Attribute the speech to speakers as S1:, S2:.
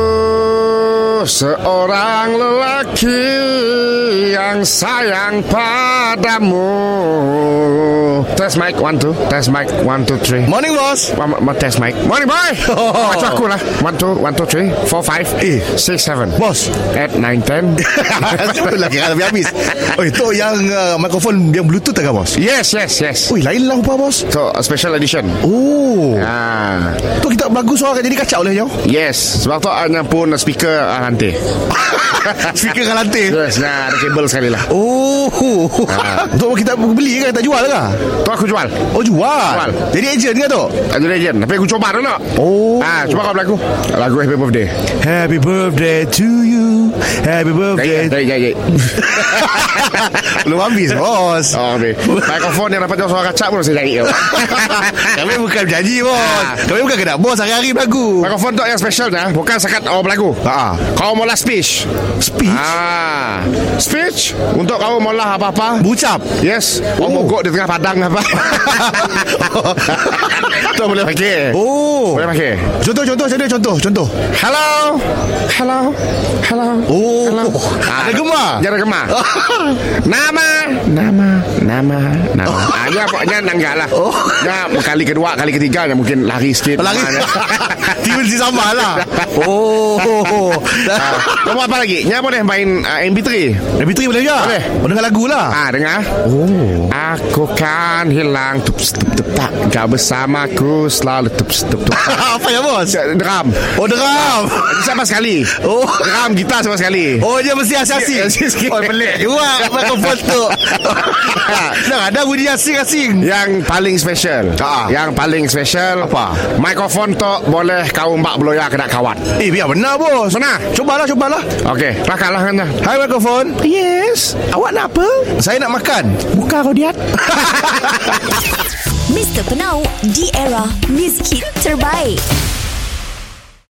S1: seorang lelaki yang sayang padamu. Test mic one two, test mic one two three.
S2: Morning boss
S1: One more- more test mic. Morning boy. Macam aku lah. One two, one two three, four five,
S2: Eh.
S1: six seven.
S2: Boss
S1: Eight nine ten.
S2: Kenapa lah kira habis-habis Oh itu yang uh, Mikrofon yang bluetooth tak bos
S1: yes yes yes.
S2: Ui lain lah rupa bos
S1: So a special edition.
S2: Oh
S1: Ah,
S2: Tu kita lagu suara akan jadi kacau lah Jauh
S1: yes. Sebab tu Anya pun speaker ah,
S2: Eh.
S1: nanti.
S2: Speaker kan lantai
S1: Yes, nah, ada kabel sekali lah.
S2: Oh
S1: Ah.
S2: Tu kita beli ke Tak jual ke
S1: Tu aku jual.
S2: Oh jual,
S1: Jual.
S2: Jadi agent ke tu
S1: Aku legend. Tapi aku cuba dulu.
S2: Oh.
S1: Ah, cuba kau lagu. Lagu Happy Birthday.
S2: Happy birthday to you Happy
S1: Jai,
S2: birthday
S1: jai, jai, jai.
S2: Lu habis bos
S1: Oh, okay. Mikrofon yang dapat jauh suara kacak pun saya cari. tau.
S2: Kami bukan janji bos Kami bukan kena bos Hari-hari berlagu
S1: Mikrofon tu yang special dah. Bukan sekat awak berlagu.
S2: Ah.
S1: Ha. Kau mula speech.
S2: Speech
S1: Ah, speech untuk kau mula apa-apa.
S2: Bucap
S1: Yes, oh.
S2: Oh.
S1: mogok di tengah padang apa. tu boleh pakai.
S2: Oh
S1: Boleh pakai.
S2: Contoh contoh Contoh contoh Contoh
S1: Hello. Hello. Hello.
S2: Oh.
S1: Hello.
S2: Ada gemar?
S1: Ada gemar. Nama. Nama. Nama. Nama.
S2: Oh.
S1: Ah, ya pokoknya nanggak lah. Oh. Ya, kali kedua, kali ketiga ya mungkin lari sikit.
S2: Lari
S1: Ah,
S2: Tiba-tiba sama lah Oh
S1: Ah, Nombor apa lagi? Nya boleh main ah, MP3.
S2: Lebih teri boleh juga
S1: Boleh.
S2: Oh, Dengar lagu lah
S1: Ah, dengar.
S2: Oh
S1: Aku kan hilang tups tup tup tak. Kau bersamaku selalu tups tup tup.
S2: Apa ya bos
S1: Drum.
S2: Oh deram
S1: Sama sekali.
S2: Oh.
S1: Drum gitar sama sekali.
S2: Oh dia mesti asing-asing
S1: Asing-asing.
S2: Oh pelik Wah Mikrofon tu Dah ada bunyi asing-asing
S1: Yang paling special
S2: Ah.
S1: Yang paling special
S2: Apa?
S1: Mikrofon tu boleh kau mbak beloya kena kawat
S2: Eh biar benar bos
S1: Benar.
S2: Cubalah cubalah
S1: Okey, rakatlah kan dah
S2: Hai mikrofon Yes Awak nak apa? Saya nak makan Buka kau diat
S3: Mr. Penau, di era music hit terbaik.